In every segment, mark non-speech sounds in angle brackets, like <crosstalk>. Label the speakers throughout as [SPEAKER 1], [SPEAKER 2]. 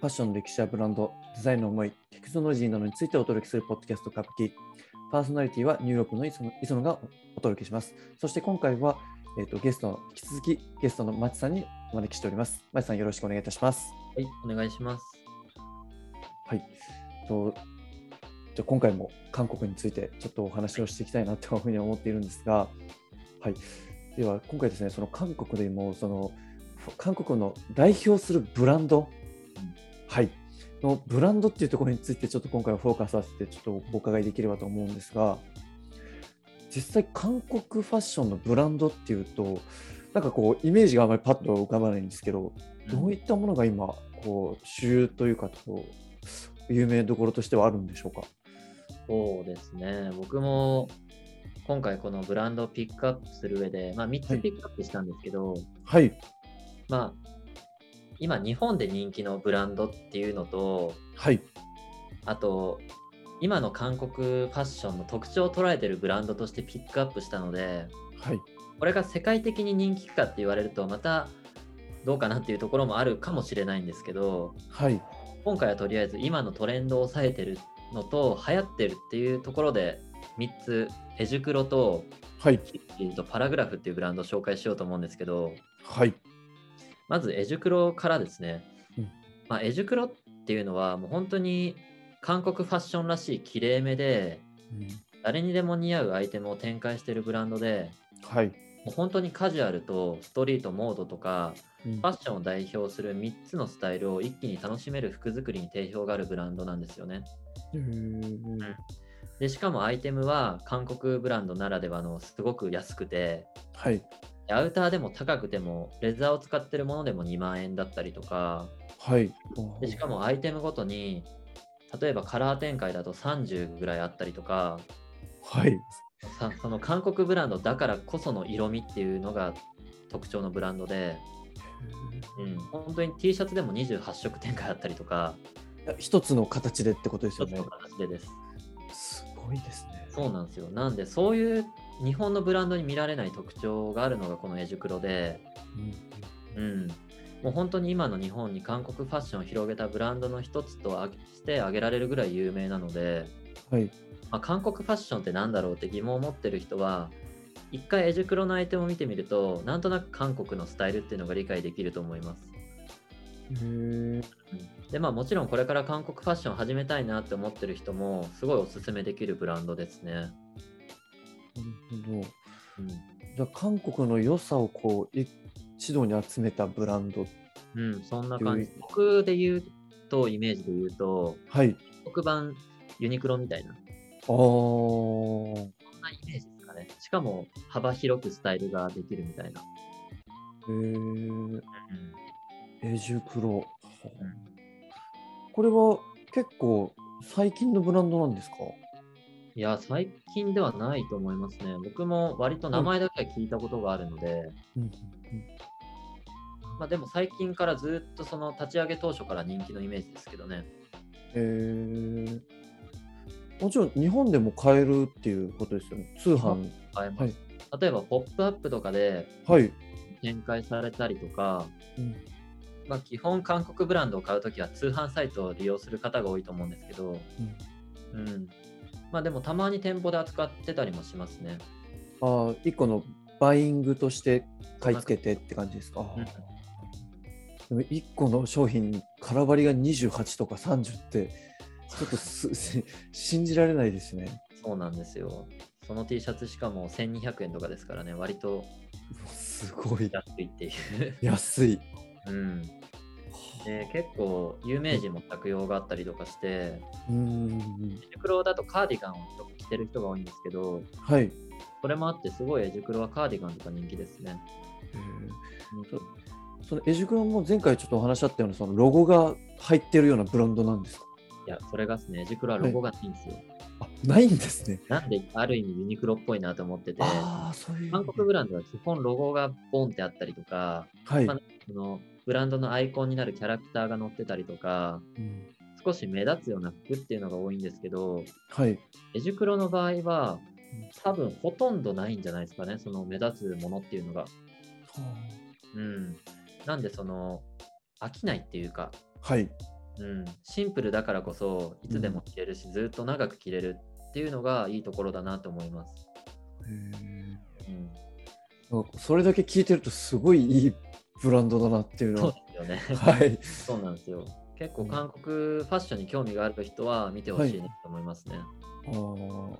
[SPEAKER 1] ファッションの歴史やブランド、デザインの思い、テクノロジーなどについてお届けするポッドキャスト、カブキ。パーソナリティはニューヨークの磯野磯野がお届けします。そして今回は、えっとゲストの引き続きゲストの町さんにお招きしております。町さんよろしくお願いいたします。
[SPEAKER 2] はい、お願いします。
[SPEAKER 1] はい。とじゃあ今回も韓国についてちょっとお話をしていきたいなというふうに思っているんですが、はい。では今回ですね、その韓国でもその韓国の代表するブランド、はい。のブランドっていうところについてちょっと今回はフォーカスさせてちょっとお伺いできればと思うんですが、実際韓国ファッションのブランドっていうと、なんかこうイメージがあまりパッと浮かばないんですけど、どういったものが今、こう主流というかこう、有名どころとしてはあるんでしょうか。
[SPEAKER 2] そうですね。僕も今回このブランドをピックアップする上で、まあ、3
[SPEAKER 1] は
[SPEAKER 2] つ
[SPEAKER 1] い
[SPEAKER 2] ピックアップしたんですけど、
[SPEAKER 1] はい、
[SPEAKER 2] まあ今日本で人気のブランドっていうのと、
[SPEAKER 1] はい、
[SPEAKER 2] あと今の韓国ファッションの特徴を捉えてるブランドとしてピックアップしたので、
[SPEAKER 1] はい、
[SPEAKER 2] これが世界的に人気かって言われるとまたどうかなっていうところもあるかもしれないんですけど、
[SPEAKER 1] はい、
[SPEAKER 2] 今回はとりあえず今のトレンドを抑えてるのと流行ってるっていうところで3つエジクロと
[SPEAKER 1] はい、
[SPEAKER 2] キッキーとパラグラフっていうブランドを紹介しようと思うんですけど
[SPEAKER 1] はい、
[SPEAKER 2] まずエジクロからですね、
[SPEAKER 1] うん
[SPEAKER 2] まあ、エジクロっていうのはもう本当に韓国ファッションらしいきれいめで誰にでも似合うアイテムを展開してるブランドで
[SPEAKER 1] はい、
[SPEAKER 2] もう本当にカジュアルとストリートモードとか
[SPEAKER 1] うん
[SPEAKER 2] ファッションを代表する3つのスタイルを一気に楽しめる服作りに定評があるブランドなんですよね。でしかもアイテムは韓国ブランドならではのすごく安くて
[SPEAKER 1] はい、
[SPEAKER 2] アウターでも高くてもレザーを使ってるものでも2万円だったりとか
[SPEAKER 1] はい、
[SPEAKER 2] でしかもアイテムごとに例えばカラー展開だと30ぐらいあったりとか
[SPEAKER 1] はい、
[SPEAKER 2] さその韓国ブランドだからこその色味っていうのが特徴のブランドで、うん、本当に T シャツでも28色展開あったりとか
[SPEAKER 1] 一つの形でってことですよ
[SPEAKER 2] 一つ
[SPEAKER 1] ね
[SPEAKER 2] の。形でです
[SPEAKER 1] すごいですね。
[SPEAKER 2] そうなんですよなんでそういう日本のブランドに見られない特徴があるのがこのエジクロでうん、もう本当に今の日本に韓国ファッションを広げたブランドの一つとあして挙げられるぐらい有名なので、
[SPEAKER 1] はい、
[SPEAKER 2] まあ、韓国ファッションって何だろうって疑問を持ってる人は一回エジクロのアイテムを見てみるとなんとなく韓国のスタイルっていうのが理解できると思います。うんでまあ、もちろんこれから韓国ファッションを始めたいなって思ってる人もすごいおすすめできるブランドですね。うん
[SPEAKER 1] じゃあ韓国の良さをこう一度に集めたブランド。
[SPEAKER 2] うん、そんな感じ
[SPEAKER 1] よい。
[SPEAKER 2] 僕で言うとイメージで言うと
[SPEAKER 1] はい。
[SPEAKER 2] 黒板ユニクロみたいな
[SPEAKER 1] ああ。
[SPEAKER 2] そんなイメージですかね。しかも幅広くスタイルができるみたいな。
[SPEAKER 1] えー、エジクロ。
[SPEAKER 2] ん
[SPEAKER 1] これは結構最近のブランドなんですか
[SPEAKER 2] いや、最近ではないと思いますね。僕も割と名前だけは聞いたことがあるので、まあでも最近からずっとその立ち上げ当初から人気のイメージですけどね。
[SPEAKER 1] えー、もちろん日本でも買えるっていうことですよね。通販。
[SPEAKER 2] 買えます例えば、ポップアップとかで
[SPEAKER 1] はい。
[SPEAKER 2] 展開されたりとか、まあ、基本韓国ブランドを買うときは通販サイトを利用する方が多いと思うんですけど、うん。まあでもたまに店舗で扱ってたりもしますね。
[SPEAKER 1] ああ、一個のバイングとして買い付けてって感じですか。
[SPEAKER 2] うん
[SPEAKER 1] あーでも一個の商品に空張りが28とか30ってちょっとす
[SPEAKER 2] <laughs>
[SPEAKER 1] 信じられないですね。
[SPEAKER 2] そうなんですよ。その T シャツしかも1200円とかですからね、割と
[SPEAKER 1] うわすごい
[SPEAKER 2] 安いっていう。
[SPEAKER 1] 安い。
[SPEAKER 2] うん、で結構有名人も着用があったりとかして、
[SPEAKER 1] うーん
[SPEAKER 2] エジクロだとカーディガンをよく着てる人が多いんですけど、
[SPEAKER 1] はい。
[SPEAKER 2] それもあってすごいエジクロはカーディガンとか人気ですね。
[SPEAKER 1] そうそのエジクロも前回ちょっとお話しあったようなそのロゴが入ってるようなブランドなんですか
[SPEAKER 2] いや、それがですね、エジクロはロゴがいいんですよ。
[SPEAKER 1] あないんですね。
[SPEAKER 2] なんで、ある意味ユニクロっぽいなと思ってて、
[SPEAKER 1] ああそういう。
[SPEAKER 2] 韓国ブランドは基本ロゴがボンってあったりとか、
[SPEAKER 1] はい。
[SPEAKER 2] まあそのブランドのアイコンになるキャラクターが載ってたりとか、
[SPEAKER 1] うん
[SPEAKER 2] 少し目立つような服っていうのが多いんですけど、
[SPEAKER 1] はい。
[SPEAKER 2] エジクロの場合は、多分ほとんどないんじゃないですかね、その目立つものっていうのが。うん。なんで、その、飽きないっていうか、
[SPEAKER 1] はい。
[SPEAKER 2] うん、シンプルだからこそいつでも着れるし、ずっと長く着れるっていうのがいいところだなと思います。うん、
[SPEAKER 1] なんかそれだけ聞いてるとすごいいいブランドだなっていうの
[SPEAKER 2] そう
[SPEAKER 1] は、
[SPEAKER 2] ですよね。
[SPEAKER 1] はい、
[SPEAKER 2] <laughs> そうなんですよ。結構韓国ファッションに興味がある人は見てほしいなと思いますね。
[SPEAKER 1] あー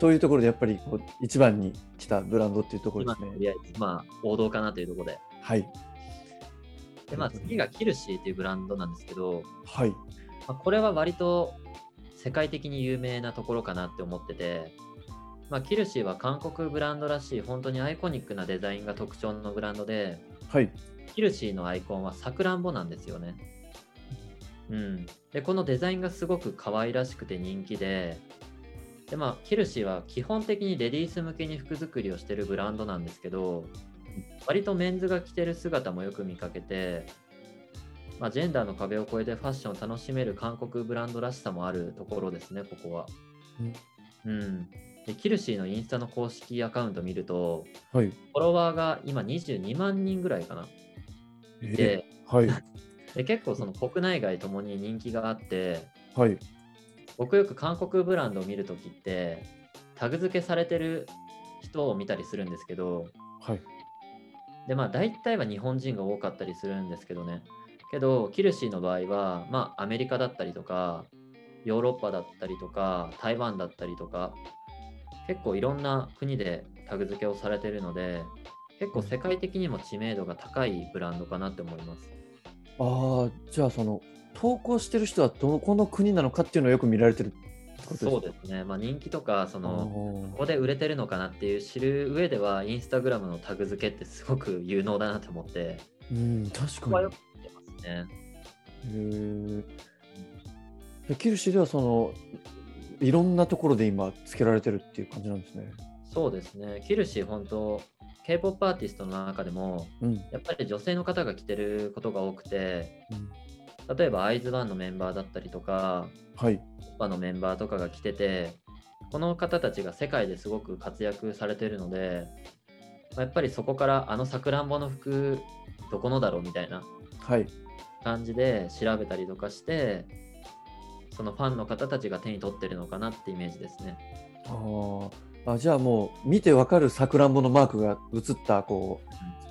[SPEAKER 1] というところでやっぱりこう一番に来たブランドっていうところ
[SPEAKER 2] 今
[SPEAKER 1] です
[SPEAKER 2] と
[SPEAKER 1] ね。
[SPEAKER 2] りあえず、まあ、王道かなというところで。
[SPEAKER 1] はい、
[SPEAKER 2] で、まあ、次がキルシーというブランドなんですけど、
[SPEAKER 1] はい、
[SPEAKER 2] まあ、これは割と世界的に有名なところかなって思ってて、まあ、キルシーは韓国ブランドらしい本当にアイコニックなデザインが特徴のブランドで、
[SPEAKER 1] はい、
[SPEAKER 2] キルシーのアイコンはさくらんぼなんですよね。うん、でこのデザインがすごく可愛らしくて人気でで、まあ、キルシーは基本的にレディース向けに服作りをしてるブランドなんですけど割とメンズが着てる姿もよく見かけて、まあ、ジェンダーの壁を越えてファッションを楽しめる韓国ブランドらしさもあるところですねここは。うん、でキルシーのインスタの公式アカウント見ると
[SPEAKER 1] はい、
[SPEAKER 2] フォロワーが今22万人ぐらいかな。
[SPEAKER 1] え
[SPEAKER 2] で
[SPEAKER 1] ーはい、
[SPEAKER 2] で結構その国内外ともに人気があって
[SPEAKER 1] はい、
[SPEAKER 2] 僕よく韓国ブランドを見るときってタグ付けされてる人を見たりするんですけど
[SPEAKER 1] はい、
[SPEAKER 2] でまあ大体は日本人が多かったりするんですけどねけどキルシーの場合はまあアメリカだったりとかヨーロッパだったりとか台湾だったりとか結構いろんな国でタグ付けをされてるので結構世界的にも知名度が高いブランドかなって思います。
[SPEAKER 1] ああ、じゃあその投稿してる人はどこの国なのかっていうのをよく見られてるってことですか
[SPEAKER 2] そうですね、まあ、人気とかそ
[SPEAKER 1] あ
[SPEAKER 2] のこ
[SPEAKER 1] ー
[SPEAKER 2] こで売れてるのかなっていう知る上ではインスタグラムのタグ付けってすごく有能だなと思って
[SPEAKER 1] うん、確
[SPEAKER 2] ここ
[SPEAKER 1] か
[SPEAKER 2] は
[SPEAKER 1] に
[SPEAKER 2] よく。見てますね。
[SPEAKER 1] へーでキルシーではそのいろんなところで今つけられてるっていう感じなんですね。
[SPEAKER 2] そうですねキルシー本当 K-POP アーティストの中でも
[SPEAKER 1] うん。
[SPEAKER 2] やっぱり女性の方が着てることが多くて例えばアイズワンのメンバーだったりとか
[SPEAKER 1] はい。
[SPEAKER 2] コッパのメンバーとかが着ててこの方たちが世界ですごく活躍されてるので、まあやっぱりそこからあのさくらんぼの服どこのだろうみたいな
[SPEAKER 1] はい。
[SPEAKER 2] 感じで調べたりとかしてそのファンの方たちが手に取ってるのかなってイメージですね。
[SPEAKER 1] あーあ。じゃあもう見てわかるさくらんぼのマークが映ったこ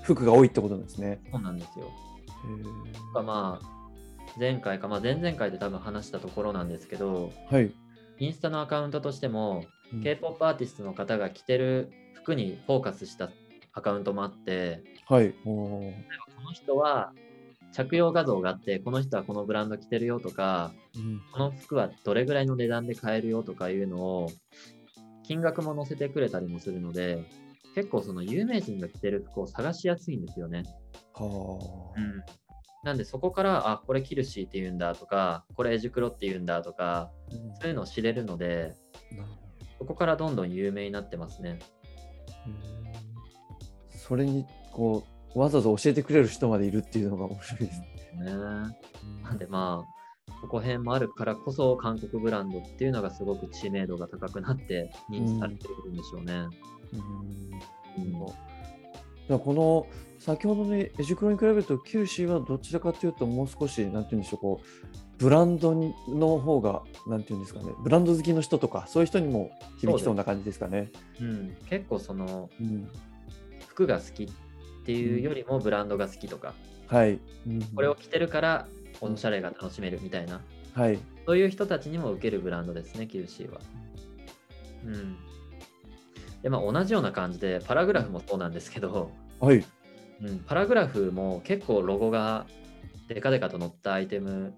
[SPEAKER 1] う服が多いってことなんですね。
[SPEAKER 2] そうなんですよ。
[SPEAKER 1] へ
[SPEAKER 2] がまあ前回か、まあ、前々回で多分話したところなんですけど
[SPEAKER 1] ーはい。
[SPEAKER 2] インスタのアカウントとしても
[SPEAKER 1] うん
[SPEAKER 2] K-POP アーティストの方が着てる服にフォーカスしたアカウントもあって
[SPEAKER 1] はい。おー
[SPEAKER 2] この人は着用画像があってこの人はこのブランド着てるよとか
[SPEAKER 1] うん
[SPEAKER 2] この服はどれぐらいの値段で買えるよとかいうのを金額も載せてくれたりもするので結構その有名人が着てる服を探しやすいんですよね。
[SPEAKER 1] はあ。
[SPEAKER 2] ん、なんでそこからあこれキルシーって言うんだとかこれエジクロって言うんだとか
[SPEAKER 1] うん
[SPEAKER 2] そういうのを知れるので
[SPEAKER 1] なるほど
[SPEAKER 2] そこからどんどん有名になってますね。
[SPEAKER 1] うんそれにこうわざわざ教えてくれる人までいるっていうのが面白いですね。
[SPEAKER 2] ねなんでまあここ辺もあるからこそ韓国ブランドっていうのがすごく知名度が高くなって認知されてるんでしょうね。
[SPEAKER 1] うん
[SPEAKER 2] うん
[SPEAKER 1] だからこの先ほどのエジクロに比べるとキューシーはどちらかというともう少しなんて言うんでしょうこうブランドにの方がなんて言うんですかねブランド好きの人とかそういう人にも響きそうな感じですかね。
[SPEAKER 2] うん、結構その
[SPEAKER 1] うん
[SPEAKER 2] 服が好きっていうよりもブランドが好きとか、
[SPEAKER 1] はい。うん
[SPEAKER 2] これを着てるからおしゃれが楽しめるみたいな、
[SPEAKER 1] はい。
[SPEAKER 2] そういう人たちにも受けるブランドですね、キルシーは。うん。で、まあ同じような感じで、パラグラフもそうなんですけど、
[SPEAKER 1] はい。
[SPEAKER 2] うん、パラグラフも結構ロゴがデカデカと載ったアイテム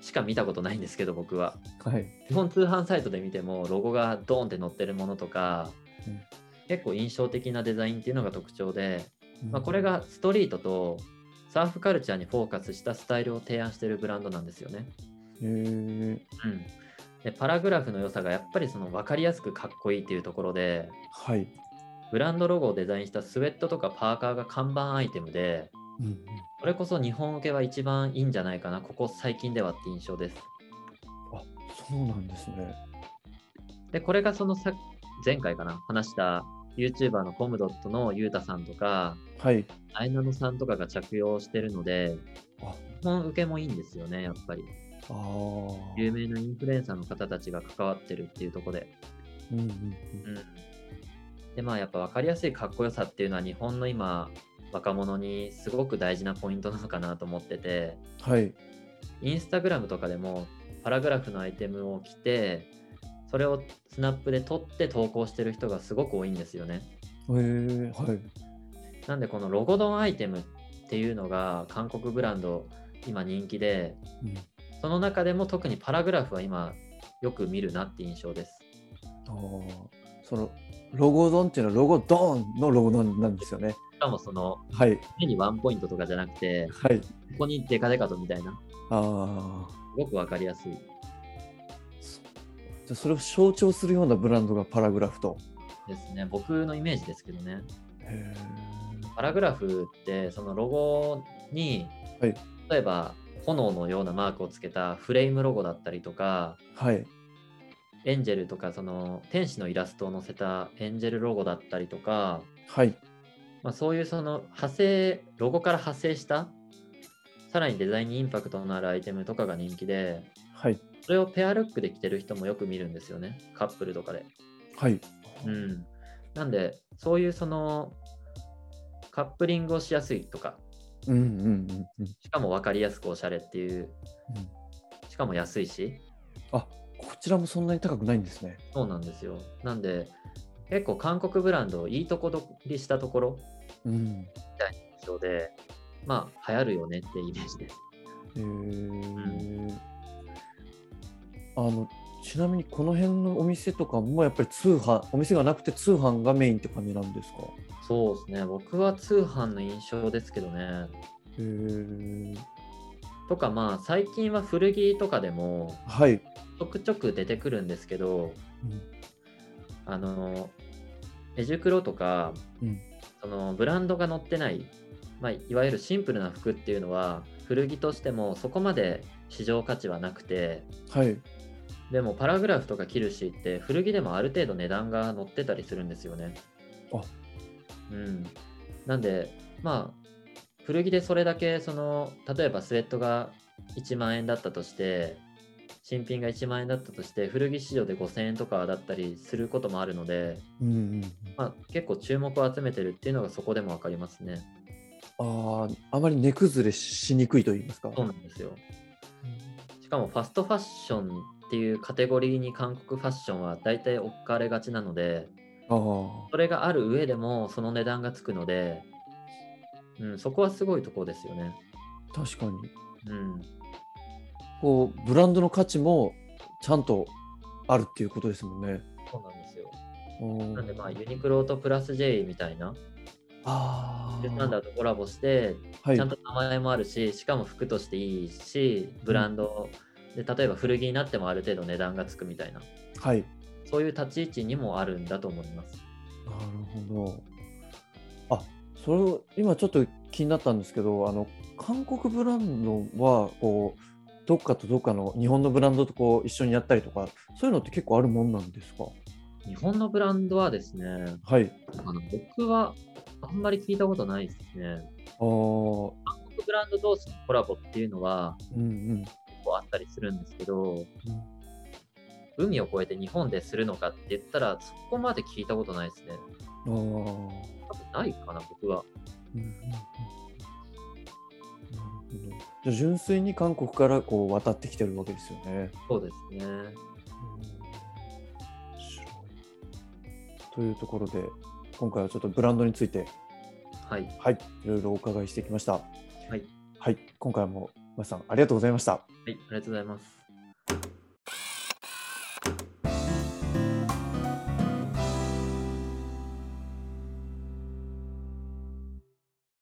[SPEAKER 2] しか見たことないんですけど、僕は。
[SPEAKER 1] はい。
[SPEAKER 2] 基本通販サイトで見てもロゴがドーンって載ってるものとか、
[SPEAKER 1] うん
[SPEAKER 2] 結構印象的なデザインっていうのが特徴で、まあ、これがストリートとサーフカルチャーにフォーカスしたスタイルを提案しているブランドなんですよね。
[SPEAKER 1] へー
[SPEAKER 2] うん、でパラグラフの良さがやっぱりその分かりやすくかっこいいっていうところで
[SPEAKER 1] はい。
[SPEAKER 2] ブランドロゴをデザインしたスウェットとかパーカーが看板アイテムで
[SPEAKER 1] うん
[SPEAKER 2] それこそ日本受けは一番いいんじゃないかなここ最近ではって印象です。
[SPEAKER 1] あそうなんですね。
[SPEAKER 2] でこれがそのさ前回かな話した YouTuber のコムドットのゆうたさんとか
[SPEAKER 1] はい。
[SPEAKER 2] あいなのさんとかが着用してるので
[SPEAKER 1] あ
[SPEAKER 2] 本受けもいいんですよね、やっぱり。
[SPEAKER 1] ああ。
[SPEAKER 2] 有名なインフルエンサーの方たちが関わってるっていうところで。
[SPEAKER 1] うんうんうん
[SPEAKER 2] うん、で、まあやっぱ分かりやすいかっこよさっていうのは日本の今、若者にすごく大事なポイントなのかなと思ってて、
[SPEAKER 1] はい。
[SPEAKER 2] インスタグラムとかでもパラグラフのアイテムを着て、それをスナップで撮って投稿してる人がすごく多いんですよね。
[SPEAKER 1] えー、はい。
[SPEAKER 2] なんでこのロゴドンアイテムっていうのが韓国ブランド今人気で
[SPEAKER 1] うん、
[SPEAKER 2] その中でも特にパラグラフは今よく見るなって印象です。
[SPEAKER 1] あーそのロゴドンっていうのはロゴドンのロゴドンなんですよね。
[SPEAKER 2] しかもその
[SPEAKER 1] はい。
[SPEAKER 2] 目にワンポイントとかじゃなくて
[SPEAKER 1] はい。
[SPEAKER 2] ここにデカデカとみたいな
[SPEAKER 1] ああ。
[SPEAKER 2] すごくわかりやすい
[SPEAKER 1] じゃあそれを象徴するようなブランドがパラグラフと。
[SPEAKER 2] ですね僕のイメージですけどね
[SPEAKER 1] へ
[SPEAKER 2] パラグラフってそのロゴに、
[SPEAKER 1] はい
[SPEAKER 2] 例えば炎のようなマークをつけたフレームロゴだったりとか
[SPEAKER 1] ーはい。
[SPEAKER 2] エンジェルとかその天使のイラストを載せたエンジェルロゴだったりとか
[SPEAKER 1] はい。
[SPEAKER 2] まあ、そういうその派生ロゴから派生したさらにデザインにインパクトのあるアイテムとかが人気で
[SPEAKER 1] はい。
[SPEAKER 2] それをペアルックで着てる人もよく見るんですよねカップルとかで、
[SPEAKER 1] はい。
[SPEAKER 2] うん、なんでそういうそのカップリングをしやすいとか
[SPEAKER 1] うんうんうんうん。
[SPEAKER 2] しかも分かりやすくおしゃれっていう
[SPEAKER 1] うん
[SPEAKER 2] しかも安いし
[SPEAKER 1] あこちらもそんなに高くないんですね。
[SPEAKER 2] そうなんですよなんで結構韓国ブランドをいいとこ取りしたところ
[SPEAKER 1] うん。
[SPEAKER 2] 印象でまあ流行るよねってイメージです
[SPEAKER 1] えーあのちなみにこの辺のお店とかもやっぱり通販お店がなくて通販がメインって感じなんですか
[SPEAKER 2] そうですね、僕は通販の印象ですけどね。
[SPEAKER 1] へー
[SPEAKER 2] とかまあ最近は古着とかでも
[SPEAKER 1] はい、
[SPEAKER 2] ちょくちょく出てくるんですけど、あの、エジュクロとか、
[SPEAKER 1] うん
[SPEAKER 2] そのブランドが載ってない、まあ、いわゆるシンプルな服っていうのは古着としてもそこまで市場価値はなくて、
[SPEAKER 1] はい
[SPEAKER 2] でもパラグラフとかキルシーって古着でもある程度値段が載ってたりするんですよね。
[SPEAKER 1] あ
[SPEAKER 2] うん。なんでまあ古着でそれだけその例えばスウェットが1万円だったとして新品が1万円だったとして古着市場で5000円とかだったりすることもあるので、
[SPEAKER 1] うんうんうん
[SPEAKER 2] まあ、結構注目を集めてるっていうのがそこでも分かりますね。
[SPEAKER 1] あーあまり値崩れしにくいと言いますか。
[SPEAKER 2] そうなんですよ。しかもファストファッションっていうカテゴリーに韓国ファッションは大体置かれがちなので、
[SPEAKER 1] あー
[SPEAKER 2] それがある上でもその値段がつくので、うん、そこはすごいところですよね。
[SPEAKER 1] 確かに
[SPEAKER 2] うん、
[SPEAKER 1] こうブランドの価値もちゃんとあるっていうことですもんね。
[SPEAKER 2] そうなんですよ。
[SPEAKER 1] うん
[SPEAKER 2] なんでまあユニクロとプラス J みたいな、
[SPEAKER 1] あー
[SPEAKER 2] なんだとコラボして、
[SPEAKER 1] はい
[SPEAKER 2] ちゃんと名前もあるし、しかも服としていいし、ブランドで例えば古着になってもある程度値段がつくみたいな、
[SPEAKER 1] はい
[SPEAKER 2] そういう立ち位置にもあるんだと思います。
[SPEAKER 1] なるほど。あそれを今ちょっと気になったんですけどあの韓国ブランドはこうどっかとどっかの日本のブランドとこう一緒にやったりとかそういうのって結構あるもんなんですか
[SPEAKER 2] 日本のブランドはですね、
[SPEAKER 1] はい。
[SPEAKER 2] あの僕はあんまり聞いたことないですね。
[SPEAKER 1] ああうん
[SPEAKER 2] 韓国ブランド同士のコラボっていうのは、
[SPEAKER 1] うん。
[SPEAKER 2] 結構あったりするんですけど、海を越えて日本でするのかって言ったら、そこまで聞いたことないですね。
[SPEAKER 1] あー
[SPEAKER 2] 多分ないかな、僕は。
[SPEAKER 1] うんうんうんなるほどじゃあ純粋に韓国からこう渡ってきてるわけですよね。
[SPEAKER 2] そうですね。
[SPEAKER 1] 面白いというところで今回はちょっとブランドについて
[SPEAKER 2] はい。、
[SPEAKER 1] はい、いろいろお伺いしてきました。はいはい、今回も、まさん、ありがとうございました。
[SPEAKER 2] はい、ありがとうございます。